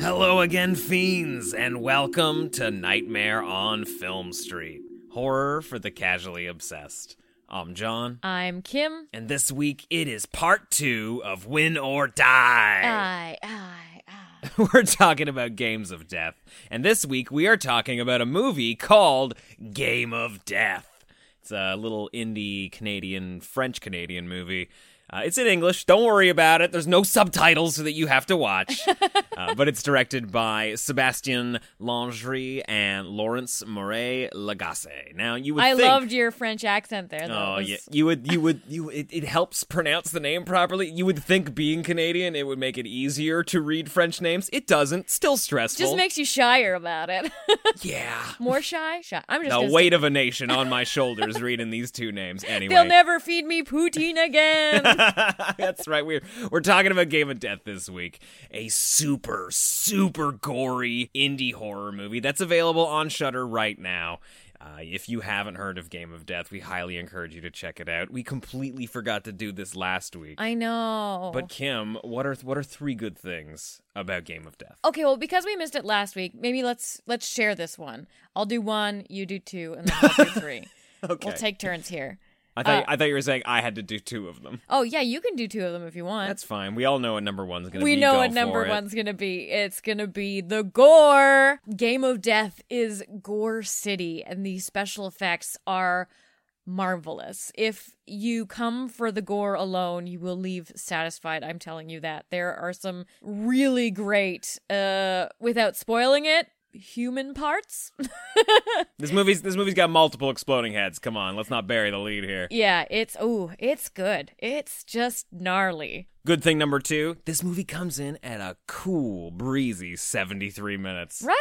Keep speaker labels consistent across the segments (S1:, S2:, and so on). S1: Hello again, fiends, and welcome to Nightmare on Film Street horror for the casually obsessed. I'm John,
S2: I'm Kim.
S1: and this week it is part two of Win or Die.
S2: I, I, I.
S1: We're talking about games of death, and this week we are talking about a movie called Game of Death. It's a little indie Canadian, French Canadian movie. Uh, it's in English. Don't worry about it. There's no subtitles that you have to watch. uh, but it's directed by Sebastian Langerie and Lawrence Moray Lagasse. Now, you would
S2: I
S1: think.
S2: loved your French accent there. That
S1: Oh
S2: was-
S1: yeah, you would you would you it, it helps pronounce the name properly. You would think being Canadian it would make it easier to read French names. It doesn't. Still stressful.
S2: Just makes you shyer about it.
S1: yeah.
S2: More shy? Shy. I'm just
S1: The
S2: gonna
S1: weight of a nation on my shoulders reading these two names.
S2: say,
S1: Anyway,
S2: They'll never feed me poutine again.
S1: That's right. We're we're talking about Game of Death this week, a super super gory indie horror movie that's available on Shutter right now. Uh, if you haven't heard of Game of Death, we highly encourage you to check it out. We completely forgot to do this last week.
S2: I know.
S1: But Kim, what are what are three good things about Game of Death?
S2: okay, well, because we missed it last week, maybe let's let's share this one. I'll do one, you do two, and then I'll do three.
S1: Okay.
S2: We'll take turns here.
S1: I thought I thought you were saying I had to do two of them.
S2: Oh yeah, you can do two of them if you want.
S1: That's fine. We all know what number one's going to be.
S2: we know
S1: Go
S2: what number
S1: for it.
S2: one's gonna be. It's gonna be the gore. Game of Death is Gore City, and the special effects are marvelous. If you come for the gore alone, you will leave satisfied. I'm telling you that. There are some really great, uh, without spoiling it, human parts.
S1: This movie's this movie's got multiple exploding heads. Come on, let's not bury the lead here.
S2: yeah, it's oh, it's good. It's just gnarly.
S1: Good thing number two. This movie comes in at a cool breezy seventy three minutes.
S2: Right?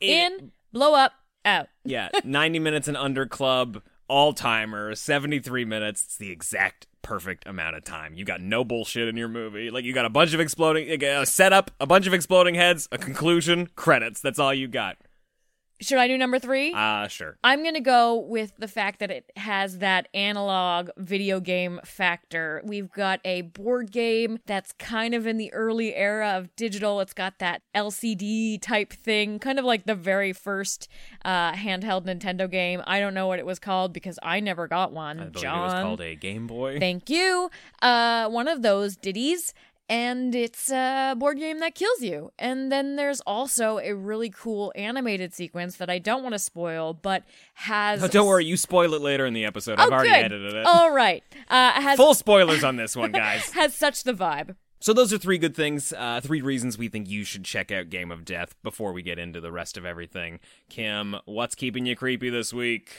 S1: It-
S2: In, blow up, out.
S1: Yeah, ninety minutes and under club all timer seventy three minutes. It's the exact perfect amount of time. You got no bullshit in your movie. Like you got a bunch of exploding like, a setup, a bunch of exploding heads, a conclusion, credits. That's all you got.
S2: Should I do number three?
S1: Ah, sure.
S2: I'm going to go with the fact that it has that analog video game factor. We've got a board game that's kind of in the early era of digital. It's got that LCD type thing, kind of like the very first uh, handheld Nintendo game. I don't know what it was called because I never got one.
S1: I believe
S2: John.
S1: it was called a Game Boy.
S2: Thank you. Uh, one of those ditties. And it's a board game that kills you. And then there's also a really cool animated sequence that I don't want to spoil, but has.
S1: Oh, don't worry, you spoil it later in the episode. I've
S2: Oh,
S1: already
S2: good.
S1: edited it.
S2: All right. Uh, has
S1: Full spoilers on this one, guys.
S2: has such the vibe.
S1: So those are three good things, uh, three reasons we think you should check out Game of Death before we get into the rest of everything. Kim, what's keeping you creepy this week?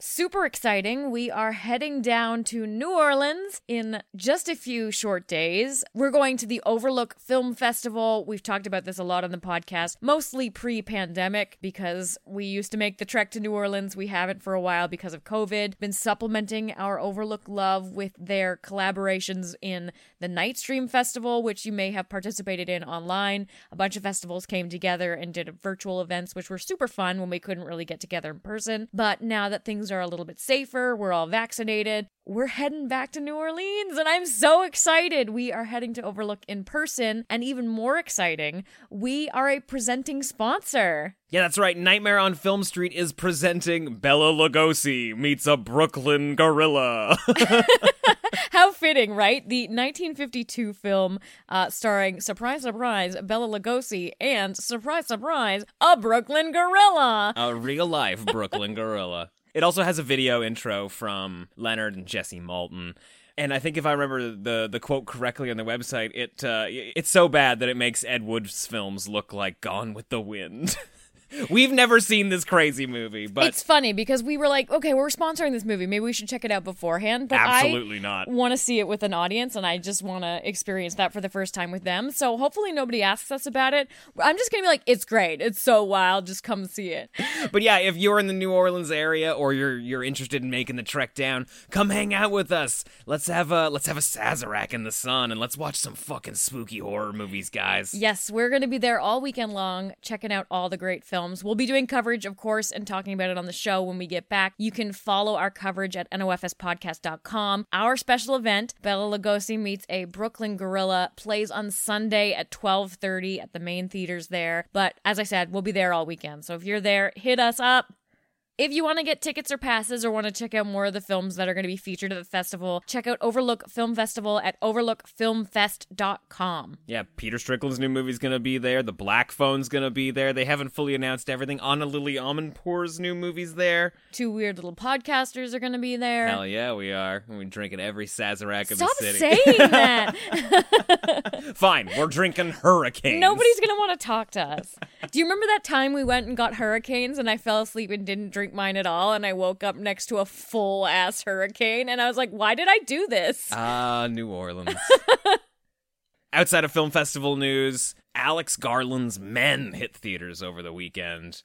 S2: Super exciting. We are heading down to New Orleans in just a few short days. We're going to the Overlook Film Festival. We've talked about this a lot on the podcast, mostly pre pandemic, because we used to make the trek to New Orleans. We haven't for a while because of COVID. Been supplementing our Overlook love with their collaborations in the Night Stream Festival, which you may have participated in online. A bunch of festivals came together and did virtual events, which were super fun when we couldn't really get together in person. But now that things are a little bit safer, we're all vaccinated, we're heading back to New Orleans, and I'm so excited. We are heading to Overlook in person, and even more exciting, we are a presenting sponsor.
S1: Yeah, that's right. Nightmare on Film Street is presenting Bella Lugosi meets a Brooklyn gorilla.
S2: How fitting, right? The 1952 film uh, starring, surprise, surprise, Bella Lugosi and, surprise, surprise, a Brooklyn gorilla.
S1: a real life Brooklyn gorilla. It also has a video intro from Leonard and Jesse Malton. And I think if I remember the, the quote correctly on the website, it uh, it's so bad that it makes Ed Wood's films look like Gone with the Wind. We've never seen this crazy movie, but
S2: it's funny because we were like, okay, we're sponsoring this movie. Maybe we should check it out beforehand. But
S1: Absolutely not.
S2: Want to see it with an audience, and I just want to experience that for the first time with them. So hopefully nobody asks us about it. I'm just gonna be like, it's great. It's so wild. Just come see it.
S1: but yeah, if you're in the New Orleans area or you're you're interested in making the trek down, come hang out with us. Let's have a let's have a Sazerac in the sun and let's watch some fucking spooky horror movies, guys.
S2: Yes, we're going to be there all weekend long, checking out all the great films. We'll be doing coverage, of course, and talking about it on the show when we get back. You can follow our coverage at nofspodcast.com. Our special event, Bella Lugosi meets a Brooklyn gorilla, plays on Sunday at 12:30 at the main theaters there. But as I said, we'll be there all weekend. So if you're there, hit us up. If you want to get tickets or passes or want to check out more of the films that are going to be featured at the festival, check out Overlook Film Festival at overlookfilmfest.com.
S1: Yeah, Peter Strickland's new movie's gonna be there. The Black Phone's gonna be there. They haven't fully announced everything. Anna Lily Amanpour's new movie's there.
S2: Two weird little podcasters are going to be there.
S1: Hell yeah, we are. We're drinking every Sazerac of
S2: Stop
S1: the city.
S2: saying that.
S1: Fine, we're drinking hurricanes.
S2: Nobody's going to want to talk to us. Do you remember that time we went and got hurricanes and I fell asleep and didn't drink mine at all and I woke up next to a full ass hurricane and I was like, why did I do this?
S1: Ah, New Orleans. Outside of film festival news, Alex Garland's Men hit theaters over the weekend.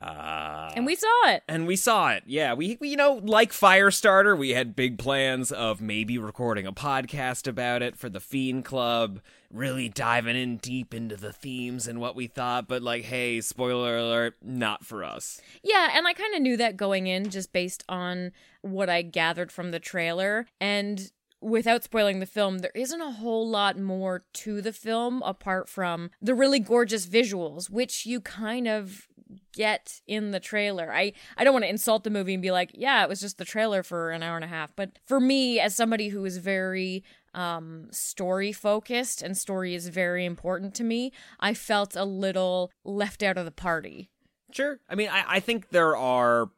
S1: Uh,
S2: and we saw it.
S1: and we saw it. Yeah, we, we you know like Firestarter, we had big plans of maybe recording a podcast about it for the Fiend Club, really diving in deep into the themes and what we thought. But like, hey, spoiler alert, not for us.
S2: Yeah, and I kind of knew that going in just based on what I gathered from the trailer. And without spoiling the film, there isn't a whole lot more to the film apart from the really gorgeous visuals, which you kind of get in the trailer. I I don't want to insult the movie and be like, yeah, it was just the trailer for an hour and a half, but for me as somebody who is very um story focused and story is very important to me, I felt a little left out of the party.
S1: Sure. I mean, I, I think there are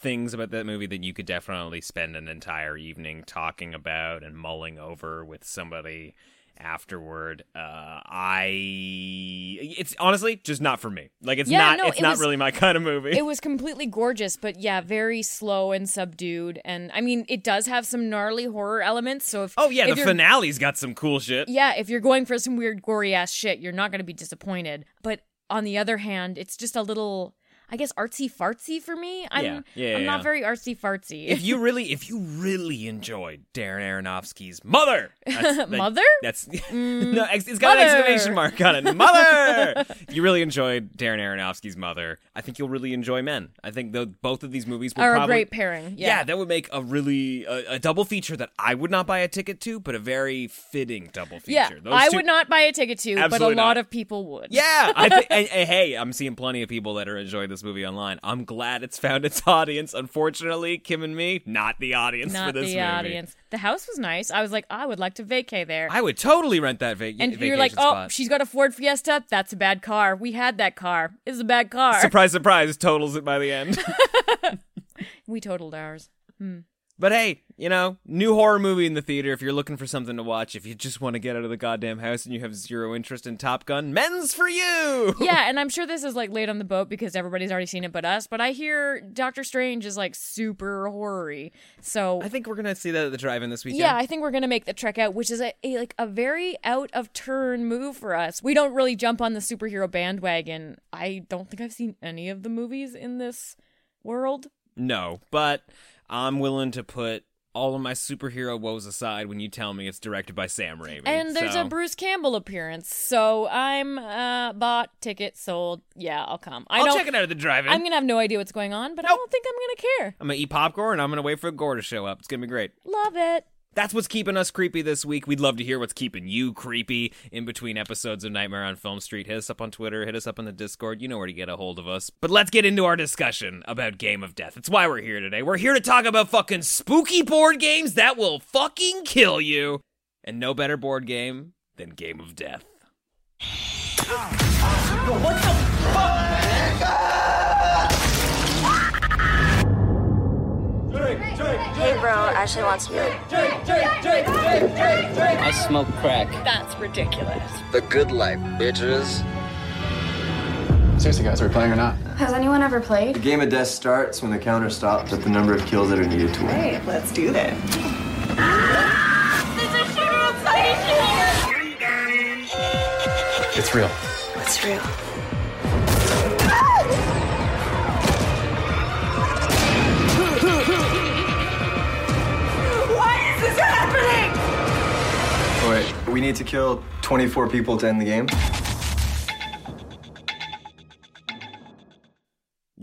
S1: things about that movie that you could definitely spend an entire evening talking about and mulling over with somebody afterward. Uh, I it's honestly just not for me. Like it's
S2: Yeah,
S1: not
S2: no,
S1: it's
S2: it
S1: not
S2: was-
S1: really my kind of movie.
S2: it was completely gorgeous, but yeah, very slow and subdued. And I mean, it does have some gnarly horror elements. So if
S1: oh yeah,
S2: if
S1: the
S2: you're-
S1: finale's got some cool shit.
S2: yeah, if you're going for some weird gory ass shit, you're not going to be disappointed. But on the other hand, it's just a little, I guess, artsy fartsy for me. I'm
S1: Yeah, yeah,
S2: I'm
S1: yeah.
S2: not very artsy fartsy.
S1: If you really, if you really enjoyed Darren Aronofsky's Mother, that's, that-
S2: Mother? Mm.
S1: that's no, ex- it's got an
S2: Mother.
S1: exclamation mark on it. Mother. if you really enjoyed Darren Aronofsky's Mother, I think you'll really enjoy Men. I think though both of these movies would
S2: Are a
S1: probably,
S2: great pairing.
S1: Yeah. that would make a really a, a double feature that I would not buy a ticket to, but a very fitting double feature.
S2: Yeah,
S1: Those
S2: I
S1: two-
S2: would not buy a ticket to, but a
S1: Absolutely
S2: lot
S1: not.
S2: of people would.
S1: Yeah, I thi- and- and hey, I'm seeing plenty of people that are enjoying this movie online. I'm glad it's found its audience. Unfortunately, Kim and me, not the audience
S2: not
S1: for
S2: the
S1: this movie.
S2: audience. The house was nice. I was like, I would like to vacay there.
S1: I would totally rent that vac-
S2: and
S1: vacation
S2: you're like, oh,
S1: spot.
S2: she's got a Ford Fiesta. That's a bad car. We had that car. It's a bad car.
S1: surprise, surprise, totals it by the end.
S2: we totaled ours.
S1: but hey, you know, new horror movie in the theater. If you're looking for something to watch, if you just want to get out of the goddamn house and you have zero interest in Top Gun, men's for you.
S2: Yeah, and I'm sure this is like late on the boat because everybody's already seen it but us. But I hear Doctor Strange is like super horror-y. So
S1: I think we're gonna see that at the drive-in this weekend.
S2: yeah, I think we're gonna make the trek out, which is a, a like a very out of turn move for us. We don't really jump on the superhero bandwagon. I don't think I've seen any of the movies in this world.
S1: No, but I'm willing to put all of my superhero woes aside when you tell me it's directed by Sam Raimi.
S2: And there's
S1: so-
S2: a Bruce Campbell appearance, so I'm uh, bought ticket sold. Yeah, I'll come. I
S1: I'll
S2: don't.
S1: check it out at the drive-in.
S2: I'm gonna have no idea what's going on, but I don't think I'm gonna care.
S1: I'm gonna eat popcorn and I'm gonna wait for Gore to show up. It's gonna be great.
S2: Love it.
S1: That's what's keeping us creepy this week. We'd love to hear what's keeping you creepy in between episodes of Nightmare on Film Street. Hit us up on Twitter, hit us up on the Discord. You know where to get a hold of us. But let's get into our discussion about Game of Death. That's why we're here today. We're here to talk about fucking spooky board games that will fucking kill you. And no better board game than Game of Death.
S3: Hey, bro, Ashley wants to be like,
S4: I smoke crack.
S3: that's ridiculous.
S5: The good life, bitches.
S4: Seriously, guys, are we playing or not?
S5: Has anyone ever
S6: The
S5: played?
S6: game of death starts when the counter stops at the number of kills that are needed to win.
S7: Hey, let's do this.
S3: There's a shooter outside here!
S4: It's real.
S3: What's real? Why is this happening?
S6: Oh, wait, we need to kill 24 people to end the game.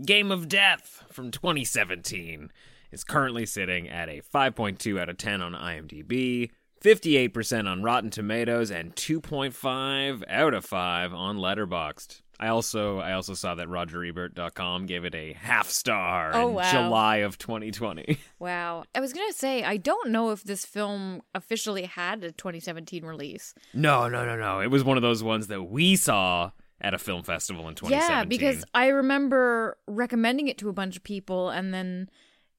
S1: Game of Death from 2017 is currently sitting at a 5.2 out of 10 on IMDb, 58% on Rotten Tomatoes, and 2.5 out of 5 on Letterboxd. I also I also saw that RogerEbert.com gave it a half star
S2: Oh,
S1: in
S2: wow.
S1: July of 2020.
S2: Wow. I was going to say, I don't know if this film officially had a 2017 release.
S1: no, no, no, no. It was one of those ones that we saw at a film festival in 2017.
S2: Yeah, because I remember recommending it to a bunch of people and then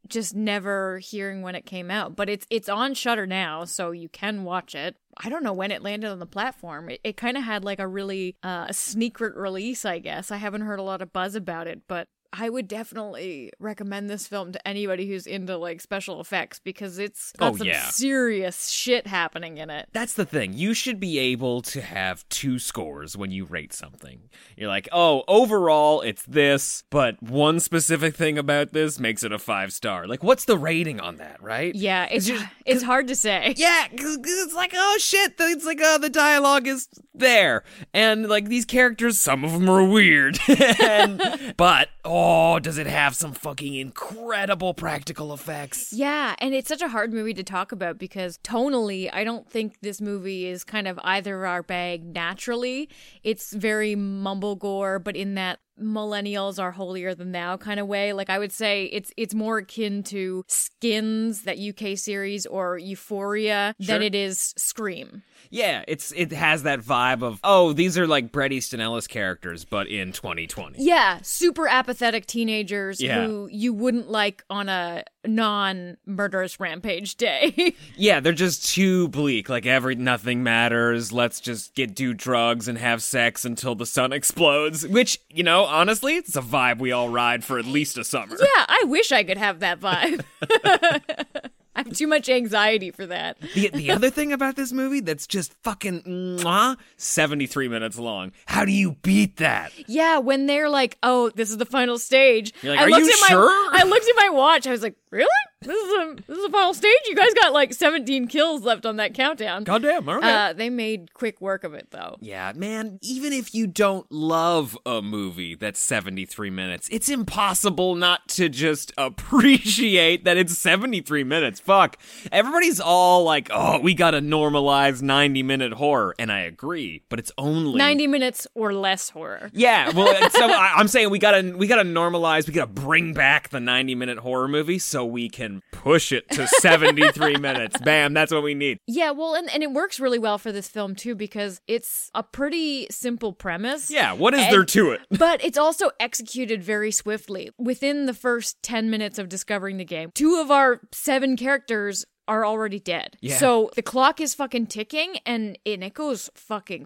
S2: just never hearing when it came out. But it's it's on Shutter now, so you can watch it. I don't know when it landed on the platform. It, it kind of had like a really uh, a sneaker release, I guess. I haven't heard a lot of buzz about it, but I would definitely recommend this film to anybody who's into like special effects because it's got
S1: Oh,
S2: some
S1: yeah.
S2: serious shit happening in it.
S1: That's the thing. You should be able to have two scores when you rate something. You're like, oh, overall, it's this, but one specific thing about this makes it a five star. Like, what's the rating on that, right?
S2: Yeah, it's
S1: just-
S2: it's hard to say.
S1: Yeah, because it's like, oh shit, the- it's like, oh, the dialogue is there. And like these characters, some of them are weird. And- but, oh, does it have some fucking incredible practical effects?
S2: Yeah, and it's such a hard movie to talk about because tonally, I don't think this movie is kind of either our bag naturally. It's very mumble gore, but in that millennials are holier than thou kind of way. Like I would say it's it's more akin to Skins, that UK series, or Euphoria than
S1: Sure.
S2: it is Scream.
S1: Yeah, it's it has that vibe of oh, these are like Bret Easton Ellis characters, but in 2020.
S2: Yeah, super apathetic teenagers
S1: Yeah.
S2: who you wouldn't like on a non murderous rampage day.
S1: Yeah, they're just too bleak. Like every nothing matters. Let's just get do drugs and have sex until the sun explodes. Which you know, honestly, it's a vibe we all ride for at least a summer.
S2: Yeah, I wish I could have that vibe. I have too much anxiety for that.
S1: The, the other thing about this movie that's just fucking mwah, 73 minutes long. How do you beat that?
S2: Yeah, when they're like, "Oh, this is the final stage."
S1: You're like,
S2: I
S1: "Are
S2: looked
S1: you
S2: at my
S1: sure?"
S2: I looked at my watch. I was like, "Really? This is the this is the final stage? You guys got like 17 kills left on that countdown."
S1: Goddamn, all right.
S2: Uh, they made quick work of it though.
S1: Yeah, man, even if you don't love a movie that's 73 minutes, it's impossible not to just appreciate that it's 73 minutes. Fuck. Everybody's all like, oh, we gotta normalize 90 minute horror. And I agree, but it's only
S2: 90 minutes or less horror.
S1: yeah, well, so I, I'm saying we gotta we gotta normalize, we gotta bring back the 90 minute horror movie so we can push it to 73 minutes. Bam, that's what we need.
S2: Yeah, well, and, and it works really well for this film too because it's a pretty simple premise.
S1: Yeah, what is there
S2: And-
S1: to it?
S2: but it's also executed very swiftly. Within the first 10 minutes of discovering the game, two of our seven characters are already dead.
S1: Yeah.
S2: So the clock is fucking ticking and it, it goes fucking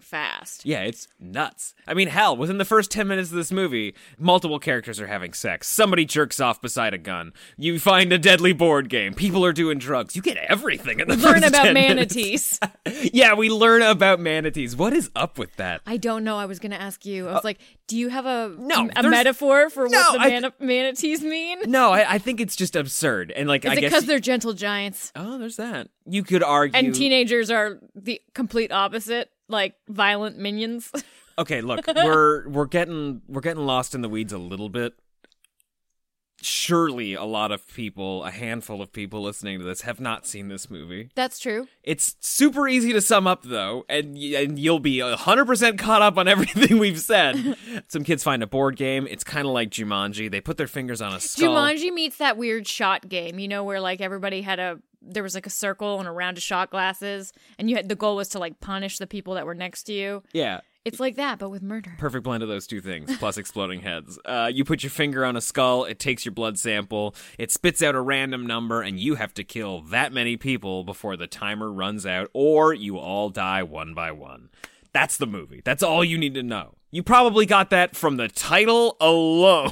S2: fast.
S1: Yeah, it's nuts. I mean, hell, within the first 10 minutes of this movie, multiple characters are having sex. Somebody jerks off beside a gun. You find a deadly board game. People are doing drugs. You get everything in the
S2: Learn
S1: first
S2: about
S1: 10 minutes.
S2: manatees.
S1: yeah, we learn about manatees. What is up with that?
S2: I don't know. I was going to ask you. I was like, do you have a,
S1: Uh, No,
S2: a
S1: there's-
S2: metaphor for
S1: No,
S2: what the
S1: I-
S2: mana- manatees mean?
S1: No, I, I think it's just absurd. And like,
S2: Is
S1: I
S2: it
S1: guess.
S2: because they're gentle giants
S1: oh, there's that. You could argue.
S2: and teenagers are the complete opposite, like violent minions?
S1: okay, look, we're we're getting we're getting lost in the weeds a little bit. Surely, a lot of people, a handful of people listening to this, have not seen this movie.
S2: That's true.
S1: It's super easy to sum up though, and y- and you'll be 100% caught up on everything we've said. Some kids find a board game. It's kind of like Jumanji. They put their fingers on a skull.
S2: Jumanji meets that weird shot game, you know, where like everybody had a there was like a circle and a round of shot glasses, and you had the goal was to like punish the people that were next to you.
S1: Yeah.
S2: It's like that, but with murder.
S1: Perfect blend of those two things, plus exploding heads. Uh, you put your finger on a skull, it takes your blood sample, it spits out a random number, and you have to kill that many people before the timer runs out, or you all die one by one. That's the movie. That's all you need to know. You probably got that from the title alone.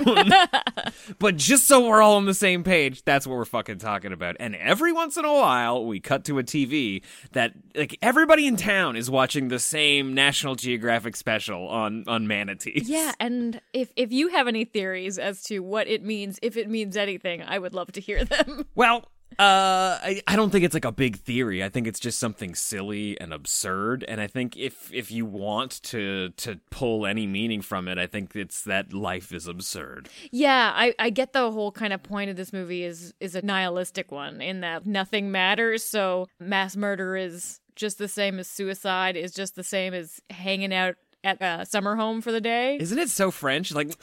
S1: but just so we're all on the same page, that's what we're fucking talking about. And every once in a while, we cut to a TV that like everybody in town is watching the same National Geographic special on on manatees.
S2: Yeah, and if if you have any theories as to what it means, if it means anything, I would love to hear them.
S1: Well, uh, I, I don't think it's like a big theory. I think it's just something silly and absurd. And I think if if you want to to pull any meaning from it, I think it's that life is absurd.
S2: Yeah, I, I get the whole kind of point of this movie is is a nihilistic one in that nothing matters, so mass murder is just the same as suicide is just the same as hanging out at a summer home for the day.
S1: Isn't it so French? Like.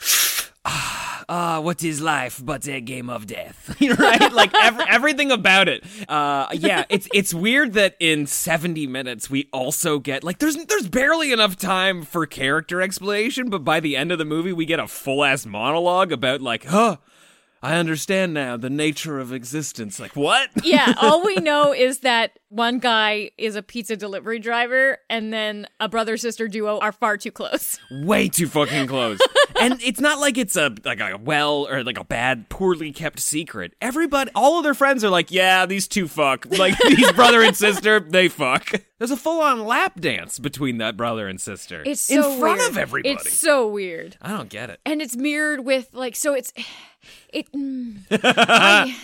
S1: Ah, ah, what is life but a game of death? You're right, like ev- everything about it. Uh, yeah, it's it's weird that in 70 minutes we also get like there's there's barely enough time for character explanation, but by the end of the movie we get a full ass monologue about like, huh, I understand now the nature of existence. Like what?
S2: yeah, all we know is that one guy is a pizza delivery driver, and then a brother sister duo are far too close.
S1: way too fucking close. and it's not like it's a like a well or like a bad, poorly kept secret. Everybody, all of their friends are like, yeah, these two fuck. Like these brother and sister, they fuck. There's a full on lap dance between that brother and sister.
S2: It's
S1: in
S2: so
S1: front
S2: weird.
S1: of everybody.
S2: It's so weird,
S1: I don't get it.
S2: and it's mirrored with like so. It's it. mm, I-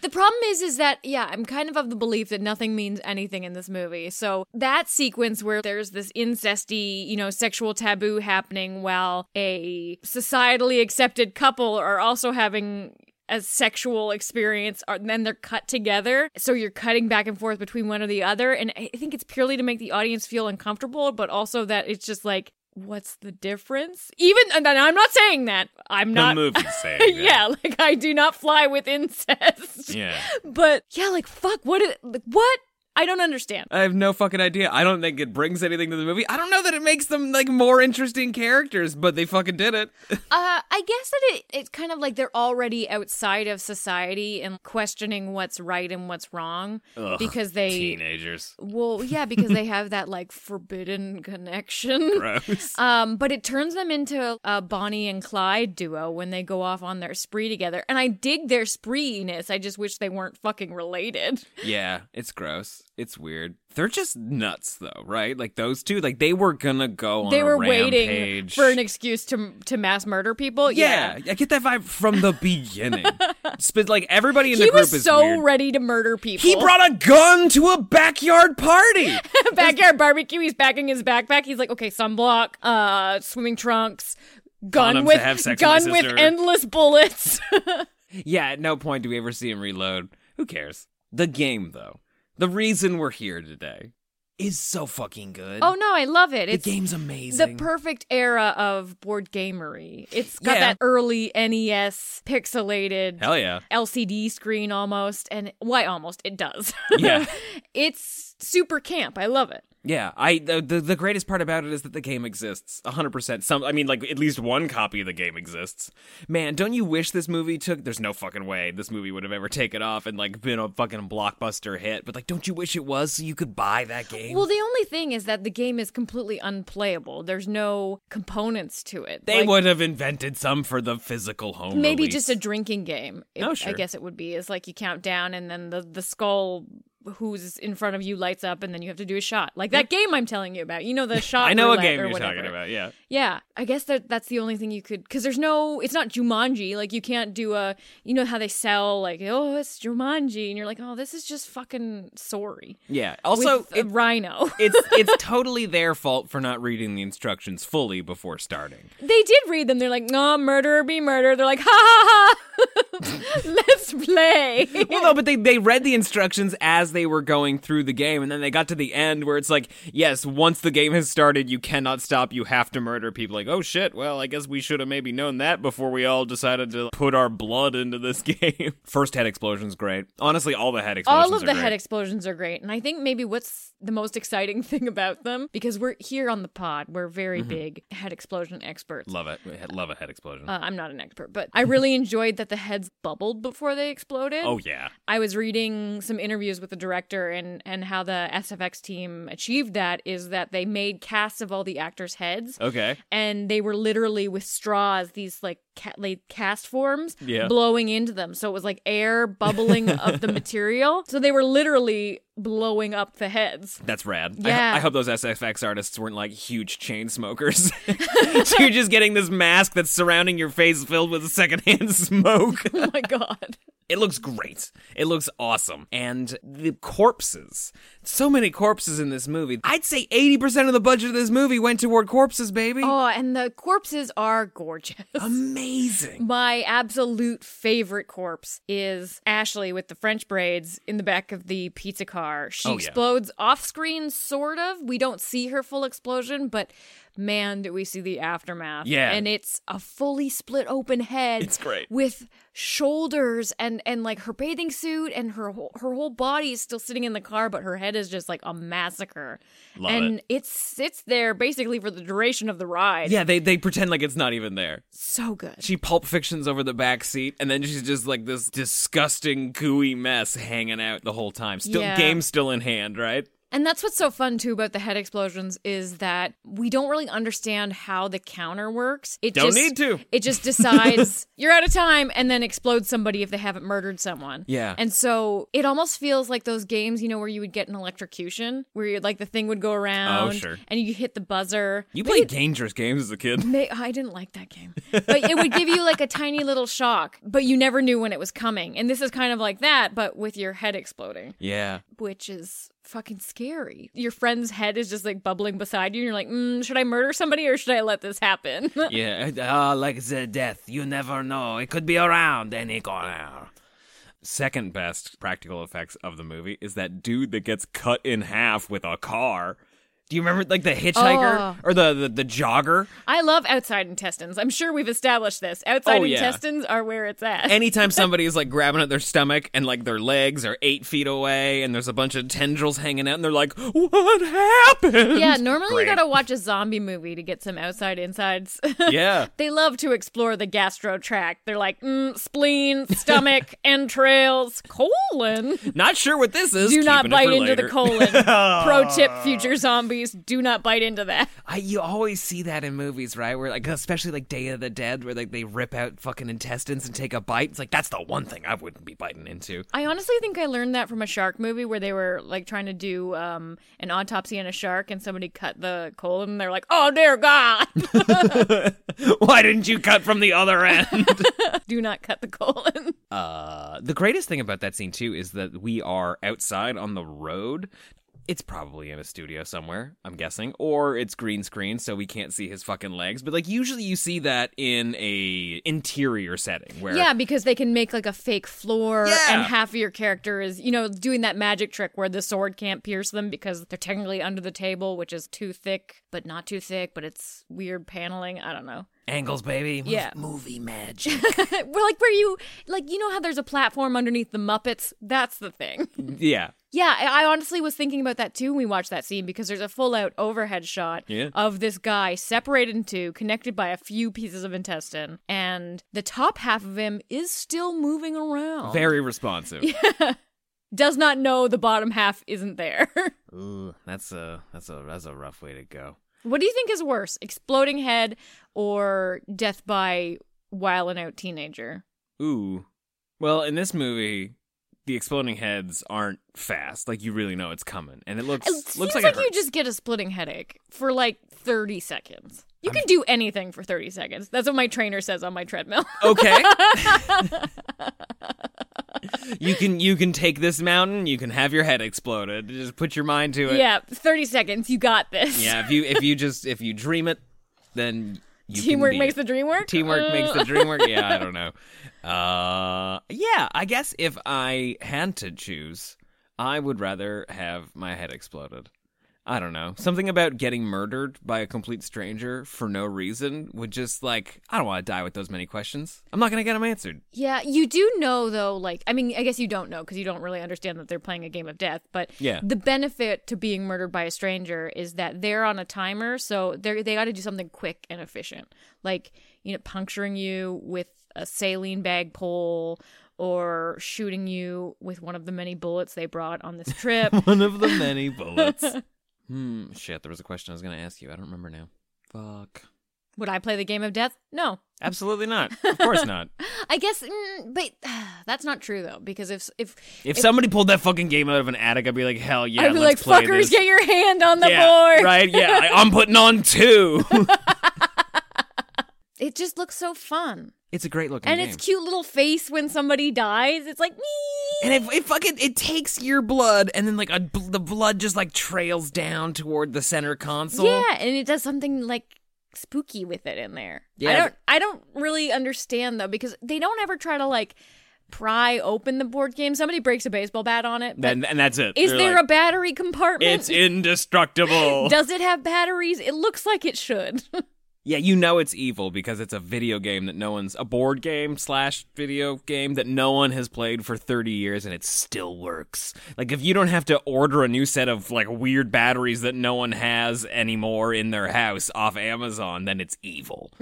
S2: the problem is, is that yeah, I'm kind of of the belief that nothing means anything in this movie. So that sequence where there's this incesty, you know, sexual taboo happening while a societally accepted couple are also having a sexual experience are- and then they're cut together so you're cutting back and forth between one or the other and i think it's purely to make the audience feel uncomfortable but also that it's just like what's the difference even and i'm not saying that i'm not
S1: the movie's saying. that.
S2: yeah, like I do not fly with incest.
S1: Yeah.
S2: But yeah, like fuck, what is like what? I don't understand.
S1: I have no fucking idea. I don't think it brings anything to the movie. I don't know that it makes them like more interesting characters, but they fucking did it.
S2: Uh, I guess that it, it's kind of like they're already outside of society and questioning what's right and what's wrong because they
S1: Teenagers.
S2: well yeah because they have that like forbidden connection.
S1: Gross.
S2: Um, but it turns them into a Bonnie and Clyde duo when they go off on their spree together. And I dig their spreeiness. I just wish they weren't fucking related.
S1: Yeah, it's gross. It's weird. They're just nuts, though, right? Like those two, like they were gonna go on.
S2: they
S1: a
S2: were waiting
S1: rampage.
S2: for an excuse to to mass murder people.
S1: Yeah, I get that vibe from the beginning. Sp- like everybody in
S2: he
S1: the group
S2: was
S1: is
S2: so
S1: weird.
S2: ready to murder people.
S1: he brought a gun to a backyard party.
S2: backyard barbecue. He's packing his backpack. He's like, okay, sunblock, uh, swimming trunks, gun
S1: Condoms to
S2: with
S1: have sex with
S2: gun
S1: my
S2: with,
S1: sister.
S2: endless bullets.
S1: yeah, at no point do we ever see him reload. Who cares? The game, though, the reason we're here today is so fucking good.
S2: oh no, I love it.
S1: the
S2: It's
S1: game's
S2: the
S1: amazing.
S2: perfect era of board gamery. It's got
S1: Yeah.
S2: that early NES pixelated
S1: Hell yeah.
S2: LCD screen almost, and why almost? It does.
S1: Yeah.
S2: it's super camp. I love it.
S1: Yeah, I the, the the greatest part about it is that the game exists. 100%. Some I mean like at least one copy of the game exists. Man, don't you wish this movie took There's no fucking way this movie would have ever taken off and like been a fucking blockbuster hit, but like don't you wish it was so you could buy that game?
S2: Well, the only thing is that the game is completely unplayable. There's no components to it.
S1: they
S2: Like,
S1: would have invented some for the physical home
S2: maybe
S1: release.
S2: just a drinking game. It-
S1: Oh,
S2: I
S1: sure.
S2: guess it would be is like you count down and then the the skull who's in front of you lights up and then you have to do a shot. Like that game I'm telling you about. You know the shot.
S1: I know a
S2: roulette
S1: game
S2: or
S1: you're
S2: whatever.
S1: talking about. Yeah.
S2: Yeah, I guess that that's the only thing you could because there's no. It's not Jumanji. Like you can't do a. You know how they sell like oh it's Jumanji and you're like oh this is just fucking sorry.
S1: Yeah. Also
S2: with uh,
S1: it-
S2: a rhino.
S1: it's it's totally their fault for not reading the instructions fully before starting.
S2: They did read them. They're like, no, murder be murder. They're like, ha ha ha, let's play.
S1: Well, no, but they, they read the instructions as they were going through the game, and then they got to the end where it's like, yes, once the game has started, you cannot stop. You have to murder people. Like, oh shit, well, I guess we should have maybe known that before we all decided to put our blood into this game. First head explosion's great. Honestly, all the head explosions
S2: All of
S1: are
S2: the
S1: great.
S2: head explosions are great. And I think maybe what's the most exciting thing about them, because we're here on the pod, we're very
S1: Mm-hmm.
S2: big head explosion experts.
S1: Love it. Love a head explosion.
S2: Uh, I'm not an expert, but I really enjoyed that the heads bubbled before they they exploded.
S1: Oh yeah.
S2: I was reading some interviews with the director and and how the SFX team achieved that is that they made casts of all the actors' heads.
S1: Okay.
S2: And they were literally with straws, these like ca- like cast forms,
S1: Yeah.
S2: blowing into them. So it was like air bubbling of the material. So they were literally blowing up the heads.
S1: That's rad.
S2: Yeah.
S1: I, I hope those SFX artists weren't like huge chain smokers. so you're just getting this mask that's surrounding your face filled with secondhand smoke.
S2: Oh my god!
S1: It looks great. It looks awesome. And the corpses. So many corpses in this movie. I'd say 80% of the budget of this movie went toward corpses, baby.
S2: Oh, and the corpses are gorgeous.
S1: Amazing.
S2: My absolute favorite corpse is Ashley with the French braids in the back of the pizza car. She
S1: Oh, yeah.
S2: explodes off screen, sort of. We don't see her full explosion, but man, do we see the aftermath.
S1: Yeah.
S2: And it's a fully split open head.
S1: It's great.
S2: With shoulders and and like her bathing suit and her whole, her whole body is still sitting in the car, but her head is just like a massacre.
S1: Love
S2: and
S1: it.
S2: it sits there basically for the duration of the ride.
S1: Yeah, they, they pretend like it's not even there.
S2: So good.
S1: She pulp fictions over the back seat, and then she's just like this disgusting, gooey mess hanging out the whole time. Still,
S2: Yeah.
S1: game still in hand, right?
S2: And that's what's so fun too about the head explosions is that we don't really understand how the counter works. It
S1: Don't
S2: just,
S1: need to.
S2: It just decides you're out of time and then explodes somebody if they haven't murdered someone.
S1: Yeah.
S2: And so it almost feels like those games, you know, where you would get an electrocution, where you like the thing would go around.
S1: Oh, sure.
S2: And you hit the buzzer.
S1: You played dangerous games as a kid.
S2: May- I didn't like that game. But it would give you like a tiny little shock, but you never knew when it was coming. And this is kind of like that, but with your head exploding
S1: Yeah.
S2: which is fucking scary. Your friend's head is just like bubbling beside you, and you're like, mm, should I murder somebody or should I let this happen?
S1: Yeah, uh, like the death, you never know. It could be around any corner. Second best practical effects of the movie is that dude that gets cut in half with a car. Do you remember like the hitchhiker
S2: Oh.
S1: or the, the the jogger?
S2: I love outside intestines. I'm sure we've established this. Outside
S1: Oh, yeah.
S2: intestines are where it's at.
S1: Anytime somebody is like grabbing at their stomach and like their legs are eight feet away and there's a bunch of tendrils hanging out and they're like, what happened?
S2: yeah, normally
S1: Great.
S2: you gotta watch a zombie movie to get some outside insides.
S1: yeah.
S2: they love to explore the gastro tract. They're like, mm, spleen, stomach, entrails, colon.
S1: Not sure what this is.
S2: Do not
S1: Keeping it
S2: bite
S1: for
S2: into the
S1: later.
S2: colon. Pro tip, future zombies, do not bite into that.
S1: I, you always see that in movies, right? Where like, especially like Day of the Dead, where like they rip out fucking intestines and take a bite. It's like that's the one thing I wouldn't be biting into.
S2: I honestly think I learned that from a shark movie where they were like trying to do um, an autopsy on a shark and somebody cut the colon and they're like, oh dear God,
S1: Why didn't you cut from the other end?
S2: do not cut the colon.
S1: uh, the greatest thing about that scene too is that we are outside on the road. It's probably in a studio somewhere, I'm guessing, or it's green screen, so we can't see his fucking legs. But like, usually you see that in a interior setting where
S2: Yeah, because they can make like a fake floor
S1: Yeah.
S2: and half of your character is, you know, doing that magic trick where the sword can't pierce them because they're technically under the table, which is too thick, but not too thick, but it's weird paneling. I don't know.
S1: angles, baby,
S2: Yeah.
S1: movie magic.
S2: We're like where you like you know how there's a platform underneath the Muppets? That's the thing.
S1: yeah,
S2: Yeah, I I honestly was thinking about that too when we watched that scene because there's a full out overhead shot
S1: Yeah.
S2: of this guy separated in two, connected by a few pieces of intestine, and the top half of him is still moving around.
S1: very responsive.
S2: Does not know the bottom half isn't there.
S1: Ooh, that's a that's a that's a rough way to go.
S2: what do you think is worse, exploding head or death by wilding out teenager?
S1: Ooh. Well, in this movie, the exploding heads aren't fast. Like you really know it's coming, and it looks
S2: It
S1: looks
S2: seems
S1: like,
S2: like,
S1: it
S2: you
S1: hurts.
S2: just get a splitting headache for like 30 seconds. You can do anything for 30 seconds. That's what my trainer says on my treadmill.
S1: okay. you can you can take this mountain. You can have your head exploded. Just put your mind to it.
S2: Yeah, 30 seconds. You got this.
S1: Yeah. If you if you just if you dream it, then you can
S2: Teamwork
S1: be
S2: makes
S1: it.
S2: the dream work.
S1: Teamwork makes
S2: Uh,
S1: the dream work. Yeah, I don't know. Uh, yeah, I guess if I had to choose, I would rather have my head exploded. I don't know. Something about getting murdered by a complete stranger for no reason would just like I don't want to die with those many questions. I'm not gonna get them answered.
S2: Yeah, you do know though. Like, I mean, I guess you don't know because you don't really understand that they're playing a game of death. But
S1: Yeah.
S2: the benefit to being murdered by a stranger is that they're on a timer, so they they got to do something quick and efficient, like you know, puncturing you with a saline bag pole or shooting you with one of the many bullets they brought on this trip.
S1: One of the many bullets. hmm. Shit, there was a question I was going to ask you. I don't remember now. Fuck.
S2: Would I play the game of death? No.
S1: Absolutely not. Of course not.
S2: I guess, mm, but that's not true though, because if if,
S1: If somebody pulled that fucking game out of an attic, I'd be like, hell yeah,
S2: I'd be like,
S1: let's play
S2: "Fuckers,
S1: this."
S2: get your hand on the
S1: yeah,
S2: board!"
S1: Right? Yeah, I, I'm putting on two.
S2: It just looks so fun,
S1: it's a great looking
S2: and
S1: game.
S2: it's cute little face when somebody dies. It's like me.
S1: And it, it fucking it takes your blood, and then like a, bl- the blood just like trails down toward the center console.
S2: Yeah, and it does something like spooky with it in there. I
S1: Yeah.
S2: don't I don't really understand though because they don't ever try to like pry open the board game. Somebody breaks a baseball bat on it. but
S1: Then and that's it.
S2: is
S1: They're
S2: there
S1: like,
S2: a battery compartment?
S1: It's indestructible.
S2: does it have batteries? It looks like it should.
S1: yeah, you know it's evil because it's a video game that no one's a board game slash video game that no one has played for thirty years, and it still works. Like if you don't have to order a new set of like weird batteries that no one has anymore in their house off Amazon, then it's evil.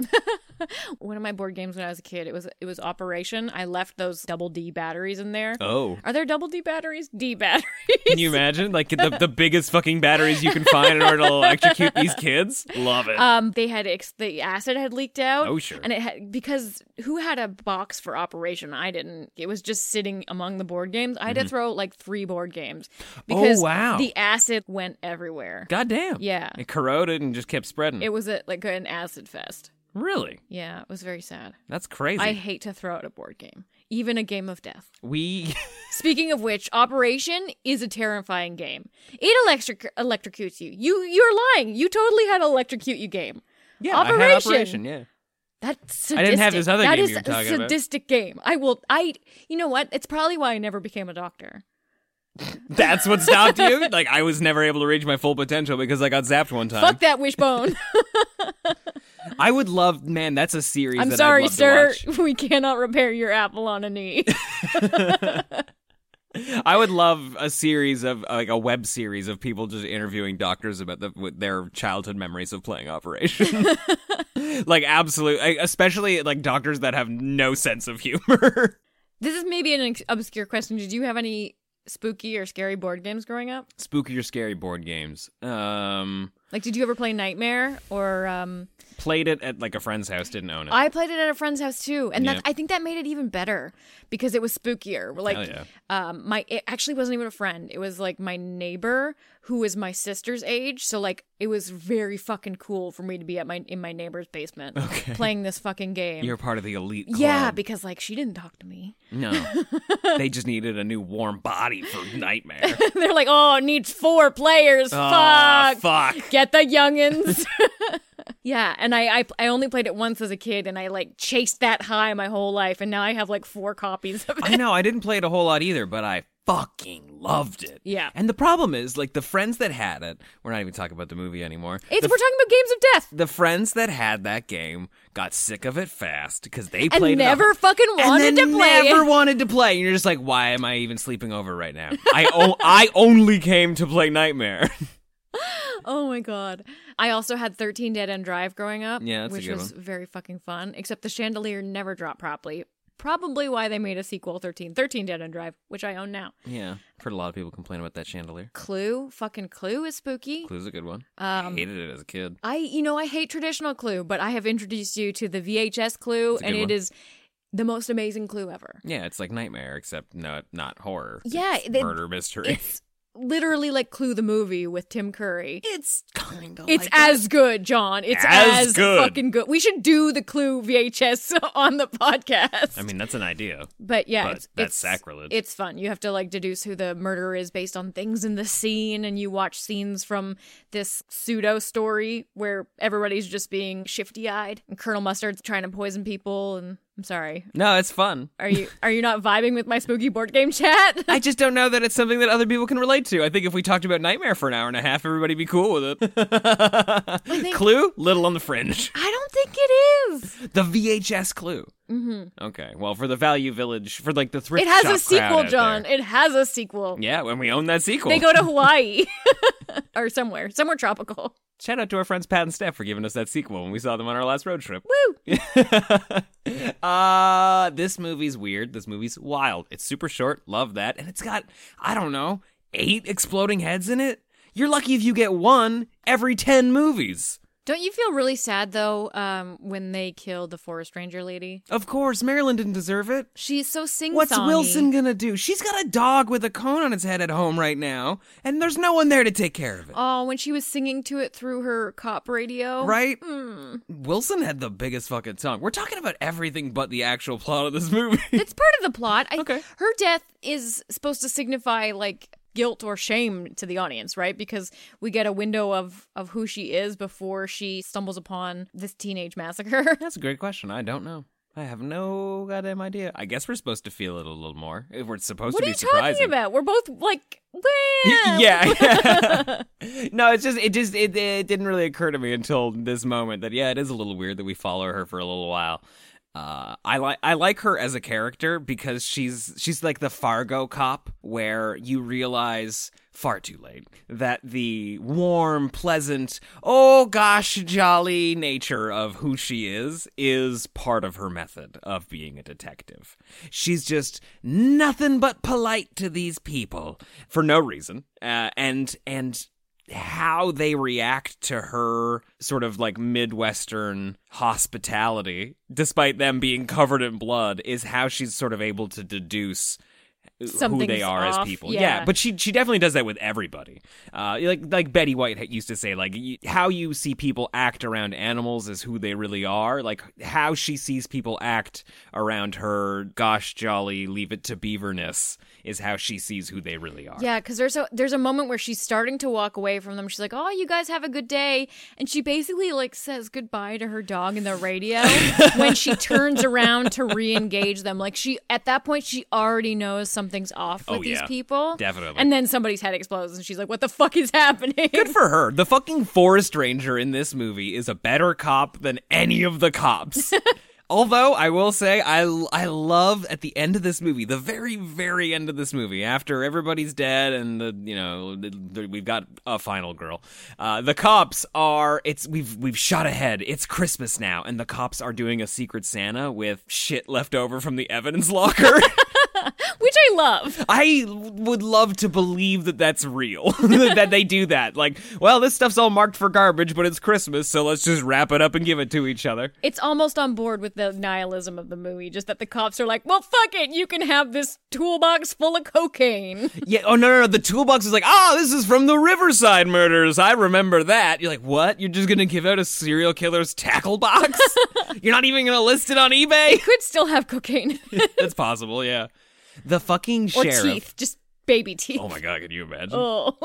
S2: One of my board games when I was a kid, it was it was Operation. I left those double D batteries in there.
S1: Oh.
S2: Are there double D batteries? D batteries.
S1: Can you imagine? Like the, the biggest fucking batteries you can find in order to electrocute these kids? Love it.
S2: Um, they had ex- the acid had leaked out.
S1: Oh, sure.
S2: And it had because who had a box for Operation? I didn't. It was just sitting among the board games. I had to throw like three board games because
S1: Mm-hmm. Oh, wow.
S2: the acid went everywhere.
S1: Goddamn.
S2: Yeah.
S1: It corroded and just kept spreading.
S2: It was a, like an acid fest.
S1: really?
S2: Yeah, it was very sad.
S1: That's crazy.
S2: I hate to throw out a board game, even a game of death.
S1: we
S2: Speaking of which, Operation is a terrifying game. It electric electrocutes you. You you're lying. You totally had electrocute you game.
S1: Yeah, I had
S2: Operation.
S1: operation, yeah.
S2: That's sadistic.
S1: I didn't have this other
S2: That
S1: game
S2: is
S1: you were
S2: a
S1: talking about.
S2: sadistic game. I will. I. You know what? It's probably why I never became a doctor.
S1: That's what stopped you? Like I was never able to reach my full potential because I got zapped one time.
S2: Fuck that wishbone.
S1: I would love man, that's a series
S2: I'm
S1: that I'd
S2: sorry,
S1: love to
S2: sir.
S1: watch.
S2: We cannot repair your apple on a knee.
S1: I would love a series of like a web series of people just interviewing doctors about the, with their childhood memories of playing Operation. like absolute, I- especially like doctors that have no sense of humor.
S2: this is maybe an ex- obscure question. Did you have any spooky or scary board games growing up?
S1: Spooky or scary board games. Um,
S2: Like, did you ever play Nightmare or? um
S1: played it at like a friend's house, didn't own it.
S2: I played it at a friend's house too, and that
S1: Yeah.
S2: I think that made it even better because it was spookier. Like,
S1: Hell yeah.
S2: um, my it actually wasn't even a friend; it was like my neighbor who was my sister's age. So like, it was very fucking cool for me to be at my in my neighbor's basement playing this fucking game.
S1: You're part of the elite. Club.
S2: yeah, because like she didn't talk to me.
S1: no, they just needed a new warm body for nightmare.
S2: They're like, "Oh, it needs four players.
S1: Aw,
S2: fuck,
S1: fuck.
S2: get the youngins." yeah, and I, I I only played it once as a kid, and I like chased that high my whole life, and now I have like four copies of it.
S1: I know I didn't play it a whole lot either, but I fucking loved it.
S2: Yeah.
S1: And the problem is, like the friends that had it, we're not even talking about the movie anymore.
S2: It's
S1: the,
S2: we're talking about games of death
S1: the friends that had that game got sick of it fast because they
S2: and
S1: played
S2: never
S1: it. a-
S2: fucking wanted
S1: and then
S2: to play.
S1: never
S2: it.
S1: wanted to play. And you're just like, why am I even sleeping over right now? I o- I only came to play Nightmare.
S2: Oh my god! I also had Thirteen Dead End Drive growing up,
S1: Yeah, that's a
S2: which
S1: good
S2: was very fucking fun. Except the chandelier never dropped properly. Probably why they made a sequel, 13, 13 Dead End Drive, which I own now.
S1: yeah, I've heard a lot of people complain about that chandelier.
S2: Clue, fucking Clue is spooky.
S1: Clue's a good one. Um, Hated it as a kid.
S2: I, you know, I hate traditional Clue, but I have introduced you to the VHS Clue,
S1: a
S2: and
S1: good
S2: it
S1: one.
S2: is the most amazing Clue ever.
S1: Yeah, it's like Nightmare except no, not horror.
S2: Yeah,
S1: It's
S2: they-
S1: murder mystery.
S2: It's literally like Clue the movie with Tim Curry.
S1: It's kind of.
S2: It's as good, John. It's as,
S1: As good.
S2: fucking good. We should do the Clue VHS on the podcast.
S1: I mean, that's an idea.
S2: but yeah,
S1: but
S2: it's,
S1: that's
S2: it's-
S1: sacrilege.
S2: It's fun. You have to like deduce who the murderer is based on things in the scene, and you watch scenes from this pseudo story where everybody's just being shifty eyed, and Colonel Mustard's trying to poison people. And I'm sorry,
S1: No, it's fun.
S2: are you are you not vibing with my spooky board game chat?
S1: I just don't know that it's something that other people can relate to. I think if we talked about Nightmare for an hour and a half, everybody'd be cool with it.
S2: think-
S1: Clue, little on the fringe.
S2: I don't think it is.
S1: The VHS Clue. Mm-hmm. Okay, well, for the Value Village, for like the thrift
S2: It has
S1: shop
S2: a sequel,
S1: crowd out
S2: John.
S1: there.
S2: It has a sequel.
S1: Yeah, when we own that sequel.
S2: They go to Hawaii or somewhere, somewhere tropical.
S1: Shout out to our friends Pat and Steph for giving us that sequel when we saw them on our last road trip.
S2: Woo!
S1: Uh, this movie's weird. This movie's wild. It's super short. Love that. And it's got, I don't know, eight exploding heads in it. You're lucky if you get one every 10 movies.
S2: Don't you feel really sad though um, when they killed the forest ranger lady?
S1: Of course, Marilyn didn't deserve it.
S2: She's so sing.
S1: What's Wilson gonna do? She's got a dog with a cone on its head at home right now, and there's no one there to take care of it.
S2: Oh, when she was singing to it through her cop radio.
S1: Right?
S2: hmm.
S1: Wilson had the biggest fucking tongue. We're talking about everything but the actual plot of this movie.
S2: It's part of the plot. I,
S1: Okay.
S2: Her death is supposed to signify like guilt or shame to the audience, right? Because we get a window of of who she is before she stumbles upon this teenage massacre.
S1: That's a great question. I don't know. I have no goddamn idea. I guess we're supposed to feel it a little more. If we're supposed
S2: what
S1: to
S2: are
S1: be
S2: you
S1: surprising.
S2: talking about? We're both like,
S1: Y-
S2: well,
S1: yeah. no, it's just it just it, it didn't really occur to me until this moment that yeah, it is a little weird that we follow her for a little while. Uh, I like I like her as a character because she's she's like the Fargo cop where you realize far too late that the warm, pleasant, oh gosh, jolly nature of who she is is part of her method of being a detective. She's just nothing but polite to these people for no reason, uh, and and how they react to her sort of like midwestern hospitality despite them being covered in blood is how she's sort of able to deduce who
S2: Something's
S1: they are
S2: off,
S1: as people
S2: yeah.
S1: but but she she definitely does that with everybody. Uh, like like Betty White ha- used to say, like y- how you see people act around animals is who they really are. Like how she sees people act around her gosh jolly leave it to beaverness is how she sees who they really are.
S2: Yeah, because there's a there's a moment where she's starting to walk away from them. She's like, "Oh, you guys have a good day," and she basically like says goodbye to her dog in the radio when she turns around to re-engage them. Like she at that point she already knows something's off with
S1: Oh,
S2: these
S1: yeah.
S2: people,
S1: Definitely.
S2: And then somebody's head explodes, and she's like, "What the fuck is happening?"
S1: Good for her. The fucking forest ranger in this movie is a better cop than any of the cops. Although I will say I I love at the end of this movie, the very very end of this movie, after everybody's dead and the you know the- the- we've got a final girl, uh, the cops are it's we've we've shot ahead. It's Christmas now, and the cops are doing a secret Santa with shit left over from the evidence locker.
S2: Which I love.
S1: I would love to believe that that's real, that they do that. Like, well, this stuff's all marked for garbage, but it's Christmas, so let's just wrap it up and give it to each other.
S2: It's almost on board with the nihilism of the movie, just that the cops are like, "Well, fuck it, you can have this toolbox full of cocaine."
S1: Yeah. Oh no, no, no. The toolbox is like, ah, this is from the Riverside murders. I remember that. You're like, what? You're just gonna give out a serial killer's tackle box? You're not even gonna list it on eBay?
S2: Could still have cocaine
S1: That's possible. Yeah. The fucking
S2: or
S1: sheriff.
S2: teeth, just baby teeth.
S1: Oh my god, can you imagine?
S2: Oh.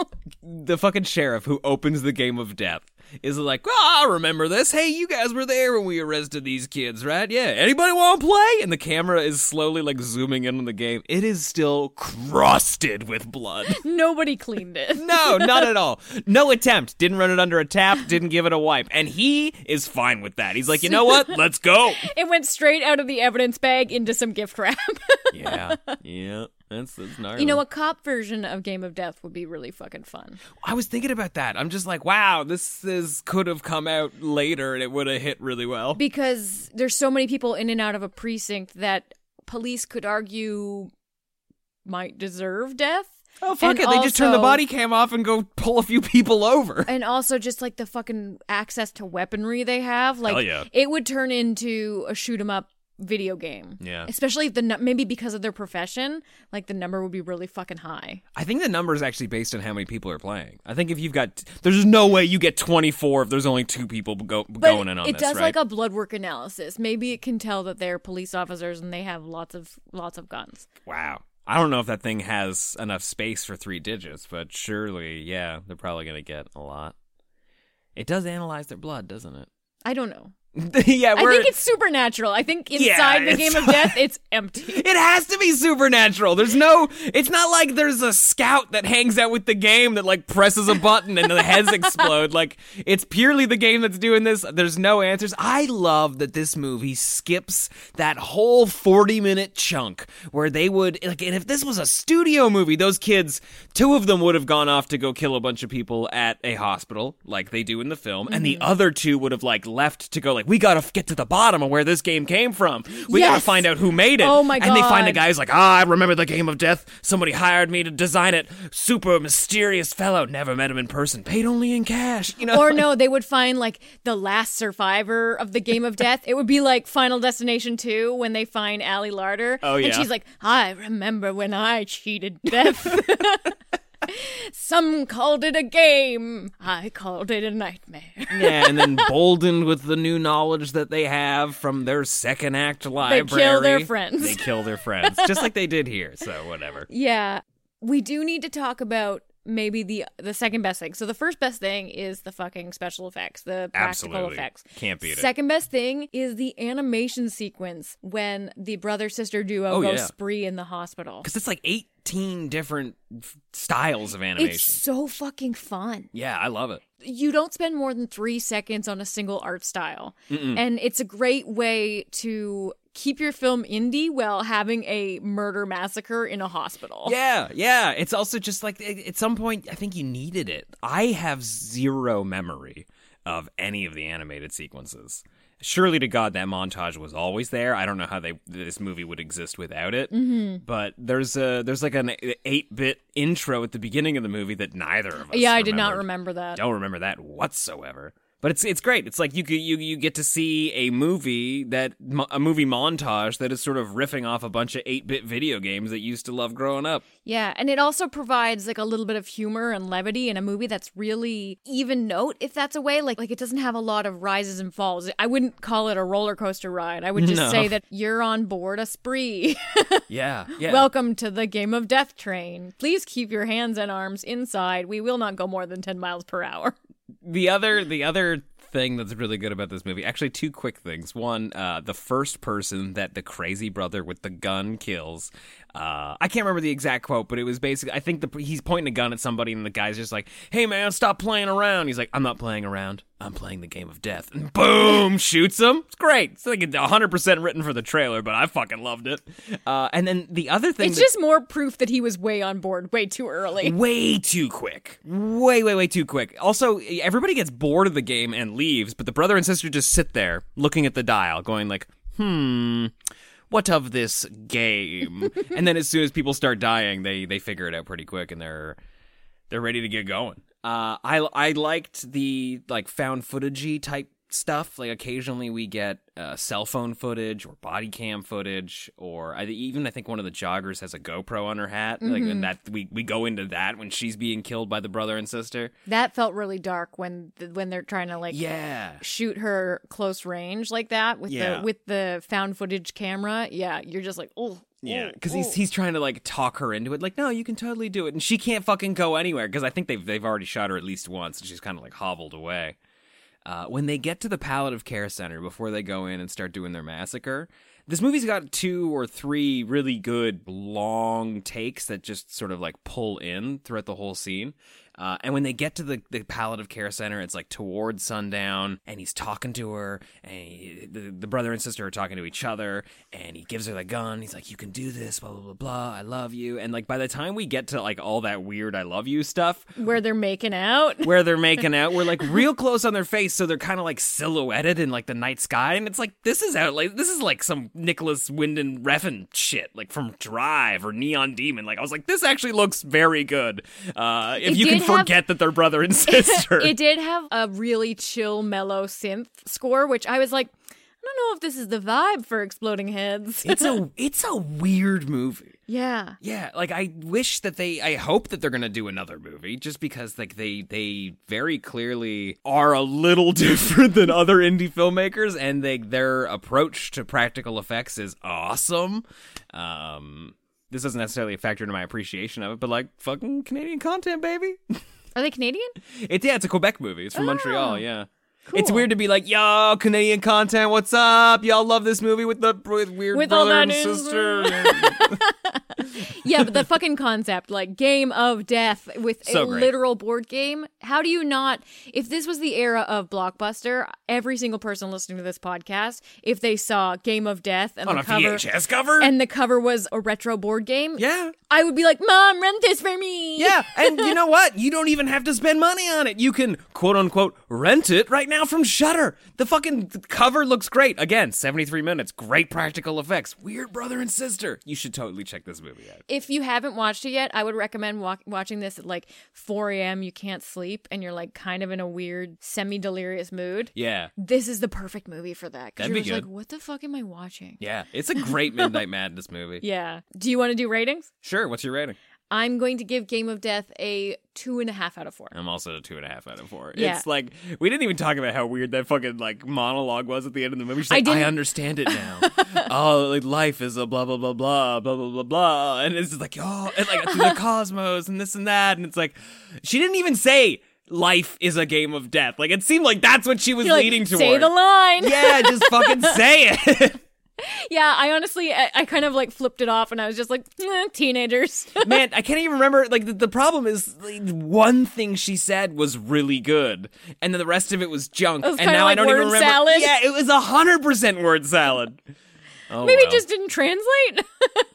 S1: the fucking sheriff who opens the game of death is like, ah, I remember this. Hey, you guys were there when we arrested these kids, right? Yeah. Anybody want to play? And the camera is slowly like zooming in on the game. It is still crusted with blood.
S2: Nobody cleaned it.
S1: No, not at all. No attempt. Didn't run it under a tap. Didn't give it a wipe. And he is fine with that. He's like, you know what? Let's go.
S2: It went straight out of the evidence bag into some gift wrap.
S1: Yeah. Yeah. That's that's gnarly.
S2: you know, a cop version of Game of Death would be really fucking fun.
S1: I was thinking about that. I'm just like, wow, this is could have come out later and it would have hit really well.
S2: Because there's so many people in and out of a precinct that police could argue might deserve death.
S1: Oh fuck
S2: And
S1: it! They just turn the
S2: also-
S1: body cam off and go pull a few people over.
S2: And also just like the fucking access to weaponry they have. Like
S1: Hell Oh, yeah.
S2: it would turn into a shoot 'em up video game.
S1: Yeah.
S2: Especially if the nu- maybe because of their profession, like the number would be really fucking high.
S1: I think the number is actually based on how many people are playing. I think if you've got, there's no way you get 24 if there's only two people go,
S2: But
S1: going in on
S2: it
S1: this,
S2: does
S1: right?
S2: like a blood work analysis. Maybe it can tell that they're police officers and they have lots of lots of guns.
S1: wow. I don't know if that thing has enough space for three digits, but surely, yeah, they're probably gonna get a lot. It does analyze their blood, doesn't it?
S2: I don't know.
S1: yeah,
S2: I
S1: we're,
S2: think it's supernatural. I think
S1: Yeah,
S2: inside the
S1: it's-
S2: game of death, it's empty.
S1: It has to be supernatural. There's no. It's not like there's a scout that hangs out with the game that like presses a button and the heads explode. Like it's purely the game that's doing this. There's no answers. I love that this movie skips that whole 40 minute chunk where they would like. And if this was a studio movie, those kids, two of them would have gone off to go kill a bunch of people at a hospital, like they do in the film, and the other two would have like left to go like we gotta f- get to the bottom of where this game came from. We gotta
S2: Yes.
S1: find out who made it.
S2: Oh my
S1: And they find a
S2: God.
S1: guy who's like, ah, I remember the game of death. Somebody hired me to design it. Super mysterious fellow. Never met him in person. Paid only in cash. You know.
S2: Or no, they would find like the last survivor of the game of death. It would be like Final Destination 2 when they find Allie Larder.
S1: Oh,
S2: And
S1: yeah.
S2: she's like, I remember when I cheated death. Some called it a game. I called it a nightmare.
S1: yeah, and then boldened with the new knowledge that they have from their second act library.
S2: kill their friends.
S1: They kill their friends, just like they did here. So whatever.
S2: Yeah. We do need to talk about maybe the the second best thing. So the first best thing is the fucking special effects, the practical
S1: Absolutely.
S2: effects.
S1: Can't beat it.
S2: Second best thing is the animation sequence when the brother sister duo
S1: Oh,
S2: go
S1: yeah.
S2: spree in the hospital.
S1: Because it's like 18 different f- styles of animation.
S2: It's so fucking fun.
S1: Yeah, I love it.
S2: You don't spend more than three seconds on a single art style. And it's a great way to keep your film indie while having a murder massacre in a hospital.
S1: Yeah, yeah. It's also just like a- at some point, I think you needed it. I have zero memory of any of the animated sequences. Surely to God, that montage was always there. I don't know how they this movie would exist without it.
S2: Mm-hmm.
S1: But there's a there's like an eight bit intro at the beginning of the movie that neither of us.
S2: Yeah, I did not
S1: remembered.
S2: remember that.
S1: Don't remember that whatsoever. But it's it's great. It's like you could- you you get to see a movie that mo- a movie montage that is sort of riffing off a bunch of eight bit video games that you used to love growing up.
S2: Yeah, and it also provides like a little bit of humor and levity in a movie that's really even note, if that's a way. Like, like it doesn't have a lot of rises and falls. I wouldn't call it a roller coaster ride. I would just
S1: No.
S2: say that you're on board a spree.
S1: Yeah, yeah.
S2: Welcome to the game of death train. Please keep your hands and arms inside. We will not go more than ten miles per hour.
S1: the other the other thing that's really good about this movie, actually, two quick things. One, uh, the first person that the crazy brother with the gun kills. Uh, I can't remember the exact quote, but it was basically I think the, he's pointing a gun at somebody, and the guy's just like, "Hey man, stop playing around." He's like, "I'm not playing around. I'm playing the game of death." And boom, shoots him. It's great. It's like 100 percent written for the trailer, but I fucking loved it. Uh, and then the other thing,
S2: It's
S1: that- Mm.
S2: just more proof that he was way on board, way too early.
S1: way too quick. Way, way, way too quick. Also, everybody gets bored of the game and leaves, but the brother and sister just sit there looking at the dial, going like, hmm. What of this game? and then as soon as people start dying, they they figure it out pretty quick and they're they're ready to get going. Uh, I I liked the like found footagey type stuff. Like occasionally we get uh, cell phone footage or body cam footage, or I, even I think one of the joggers has a GoPro on her hat. Like and that we we go into that when she's being killed by the brother and sister.
S2: That felt really dark when when they're trying to like
S1: Yeah.
S2: shoot her close range like that with
S1: Yeah.
S2: the with the found footage camera, yeah, you're just like, oh,
S1: Yeah, because he's he's trying to like talk her into it. Like, no, you can totally do it, and she can't fucking go anywhere. Because I think they've they've already shot her at least once, and she's kind of like hobbled away. Uh, when they get to the palliative care center before they go in and start doing their massacre, this movie's got two or three really good long takes that just sort of like pull in throughout the whole scene. Uh, and when they get to the, the palliative care center, it's like towards sundown, and he's talking to her, and he, the, the brother and sister are talking to each other, and he gives her the gun. He's like, "You can do this, blah blah blah blah. I love you." And like by the time we get to like all that weird "I love you" stuff,
S2: where they're making out.
S1: where they're making out. We're like real close on their face, so they're kind of like silhouetted in like the night sky, and it's like this is out like this is like some Nicholas Winden Refn shit, like from Drive or Neon Demon. Like I was like, this actually looks very good. Uh, if
S2: It
S1: you can
S2: did have-
S1: forget that they're brother and sister,
S2: It did have a really chill, mellow synth score, which I was like, I don't know if this is the vibe for Exploding Heads.
S1: it's a it's a weird movie.
S2: yeah.
S1: Yeah, like I wish that they I hope that they're going to do another movie just because like they they very clearly are a little different than other indie filmmakers and they their approach to practical effects is awesome. Um this doesn't necessarily factor into my appreciation of it, but like fucking Canadian content, baby.
S2: Are they Canadian?
S1: It's yeah, it's a Quebec movie. It's from Montreal, yeah. It's
S2: Ah, cool.
S1: weird to be like, yo, Canadian content, what's up? Y'all love this movie with the with weird
S2: With all
S1: brother
S2: that
S1: and
S2: in-
S1: sister.
S2: yeah, but the fucking concept, like game of death with
S1: So
S2: a
S1: great.
S2: literal board game. How do you not? If this was the era of blockbuster, every single person listening to this podcast, if they saw Game of Death and
S1: On
S2: the
S1: a
S2: cover,
S1: VHS cover?
S2: and the cover was a retro board game,
S1: Yeah.
S2: I would be like, "Mom, rent this for me."
S1: Yeah, and you know what? You don't even have to spend money on it. You can quote unquote rent it right now from Shutter. The fucking cover looks great. Again, 73 minutes, great practical effects. Weird brother and sister. You should totally check this movie out.
S2: if you haven't watched it yet, I would recommend wa- watching this at like 4 a.m. You can't sleep and you're like kind of in a weird semi delirious mood.
S1: Yeah.
S2: This is the perfect movie for that. Because
S1: That'd
S2: you're
S1: be
S2: just
S1: good.
S2: like, what the fuck am I watching?
S1: Yeah, it's a great Midnight Madness movie.
S2: Yeah. Do you want to do ratings?
S1: Sure, what's your rating?
S2: I'm going to give Game of Death a two and a half out of four.
S1: I'm also a two and a half out of four.
S2: Yeah.
S1: It's like we didn't even talk about how weird that fucking like monologue was at the end of the movie. She's
S2: I
S1: like, I,
S2: didn't-
S1: understand it now. oh, like life is a blah blah blah blah blah blah blah blah, and it's just like oh, and like the cosmos and this and that, and it's like she didn't even say life is a game of death. Like it seemed like that's what she was
S2: You're like,
S1: leading toward.
S2: Say the line. Yeah,
S1: yeah, just fucking say it.
S2: I honestly, I, I kind of like flipped it off and I was just like, "Eh, teenagers.
S1: Man, I can't even remember. Like, the, the problem is, like, one thing she said was really good, and then the rest of it was junk.
S2: It was
S1: and
S2: kinda
S1: now I
S2: like
S1: don't
S2: word
S1: even remember.
S2: salad.
S1: Yeah, it was hundred percent word salad. Oh,
S2: Maybe
S1: well.
S2: it just didn't translate.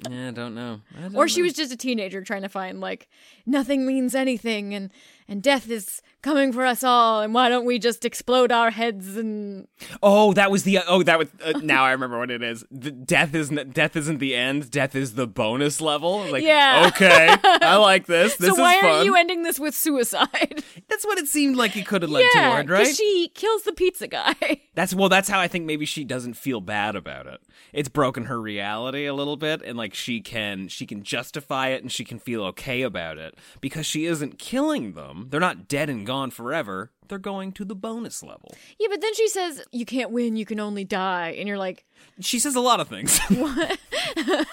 S1: Yeah, I don't know. I don't
S2: or she
S1: know.
S2: was just a teenager trying to find like nothing means anything and and death is coming for us all and why don't we just explode our heads and
S1: Oh, that was the. Oh, that was. Uh, now I remember what it is. The, death is n- death isn't the end. Death is the bonus level. Like,
S2: Yeah.
S1: Okay, I like this. This
S2: so
S1: is
S2: why
S1: fun.
S2: aren't you ending this with suicide?
S1: That's what it seemed like it could have led
S2: yeah,
S1: toward,
S2: 'cause
S1: right?
S2: she kills the pizza guy.
S1: That's well. That's how I think maybe she doesn't feel bad about it. It's broken her reality a little bit, and like she can she can justify it, and she can feel okay about it because she isn't killing them. They're not dead and gone forever. They're going to the bonus level.
S2: yeah, but then she says you can't win, you can only die, and you're like,
S1: She says a lot of things,
S2: yeah,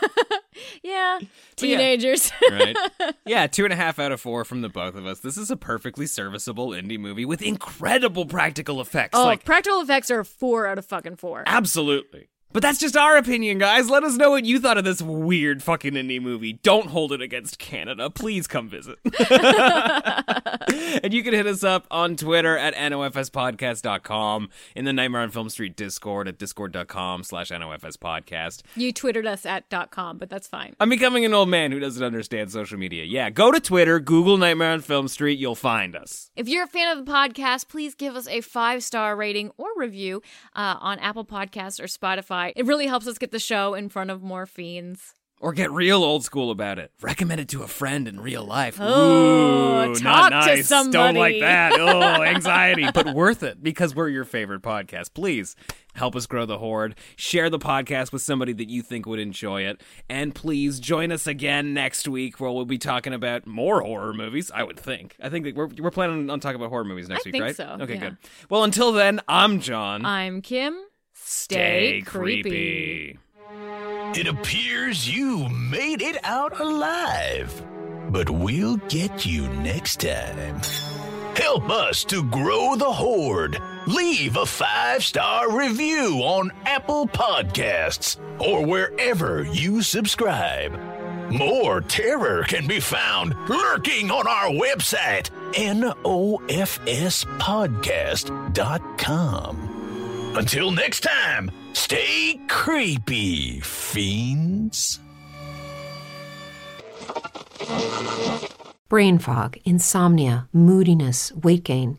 S1: yeah.
S2: teenagers.
S1: right? Yeah, two and a half out of four from the both of us. This is a perfectly serviceable indie movie with incredible practical effects.
S2: oh,
S1: like
S2: practical effects are four out of fucking four.
S1: Absolutely. But that's just our opinion, guys. Let us know what you thought of this weird fucking indie movie. Don't hold it against Canada. Please come visit. and you can hit us up on Twitter at nofspodcast.com, in the Nightmare on Film Street Discord at discord.com slash nofspodcast.
S2: You twittered us at dot .com, but that's fine.
S1: I'm becoming an old man who doesn't understand social media. Yeah, go to Twitter, Google Nightmare on Film Street, you'll find us.
S2: If you're a fan of the podcast, please give us a five star rating or review uh, on Apple Podcasts or Spotify. It really helps us get the show in front of more fiends.
S1: Or get real old school about it. Recommend it to a friend in real life.
S2: Oh,
S1: Ooh,
S2: talk
S1: not
S2: to
S1: nice. Don't like
S2: somebody.
S1: that. Oh, anxiety, but worth it because we're your favorite podcast. Please help us grow the horde. Share the podcast with somebody that you think would enjoy it, and please join us again next week where we'll be talking about more horror movies. I would think. I think that we're we're planning on talking about horror movies next
S2: I
S1: week,
S2: think
S1: right?
S2: so,
S1: Okay,
S2: yeah. Uh,
S1: good. Well, until then, I'm John.
S2: I'm Kim.
S1: Stay creepy.
S8: It appears you made it out alive. But we'll get you next time. Help us to grow the horde. Leave a five star review on Apple Podcasts or wherever you subscribe. More terror can be found lurking on our website, nofspodcast.com. Until next time, stay creepy, fiends.
S5: Brain fog, insomnia, moodiness, weight gain.